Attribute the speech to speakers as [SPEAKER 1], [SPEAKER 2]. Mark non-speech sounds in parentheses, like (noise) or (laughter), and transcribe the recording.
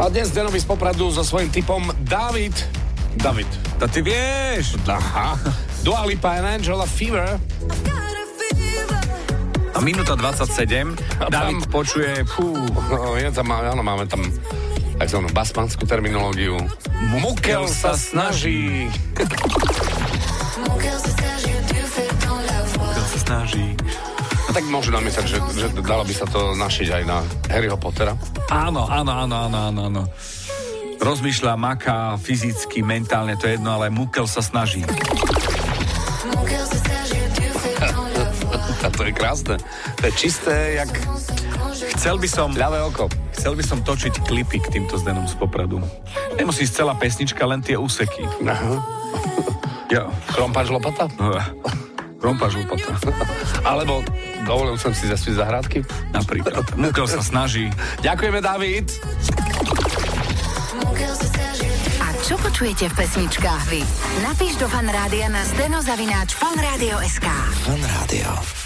[SPEAKER 1] A dnes Denovi z Popradu so svojím typom David. David.
[SPEAKER 2] To ty vieš.
[SPEAKER 1] Aha. Dua Lipa and Angela Fever. (laughs)
[SPEAKER 2] A minúta 27.
[SPEAKER 1] A
[SPEAKER 2] David
[SPEAKER 1] tam-
[SPEAKER 2] počuje
[SPEAKER 1] Fú, no, je tam, áno, máme tam takzvanú basmanskú terminológiu. Mukel sa snaží.
[SPEAKER 3] Mon cœur se serre, je te fais dans la voix.
[SPEAKER 2] sa snaží.
[SPEAKER 1] A tak môžu namietať, že, že dalo by sa to našiť aj na Harryho Pottera.
[SPEAKER 2] Áno, áno, áno, áno, áno, áno. Rozmýšľa, maká fyzicky, mentálne, to je jedno, ale Mukel sa snaží.
[SPEAKER 3] Mon cœur se serre, je te fais dans la voix.
[SPEAKER 1] A to je krásne. To je čisté, jak
[SPEAKER 3] On se prend, je
[SPEAKER 2] Chcel by som,
[SPEAKER 1] ľavé oko.
[SPEAKER 2] chcel by som točiť klipy k týmto zdenom z Popradu. Nemusí ísť celá pesnička, len tie úseky.
[SPEAKER 1] Aha.
[SPEAKER 2] Jo.
[SPEAKER 1] Krompáč lopata? (laughs)
[SPEAKER 2] Rompa žlupata.
[SPEAKER 1] Alebo dovolil som si zasviť zahrádky.
[SPEAKER 2] Napríklad. Mukel sa snaží.
[SPEAKER 1] Ďakujeme, David.
[SPEAKER 3] mon cœur se serre, je te
[SPEAKER 4] A čo počujete v pesničkách vy? Napíš do fanrádia na steno zavináč fanradio.sk
[SPEAKER 5] Fan Rádio.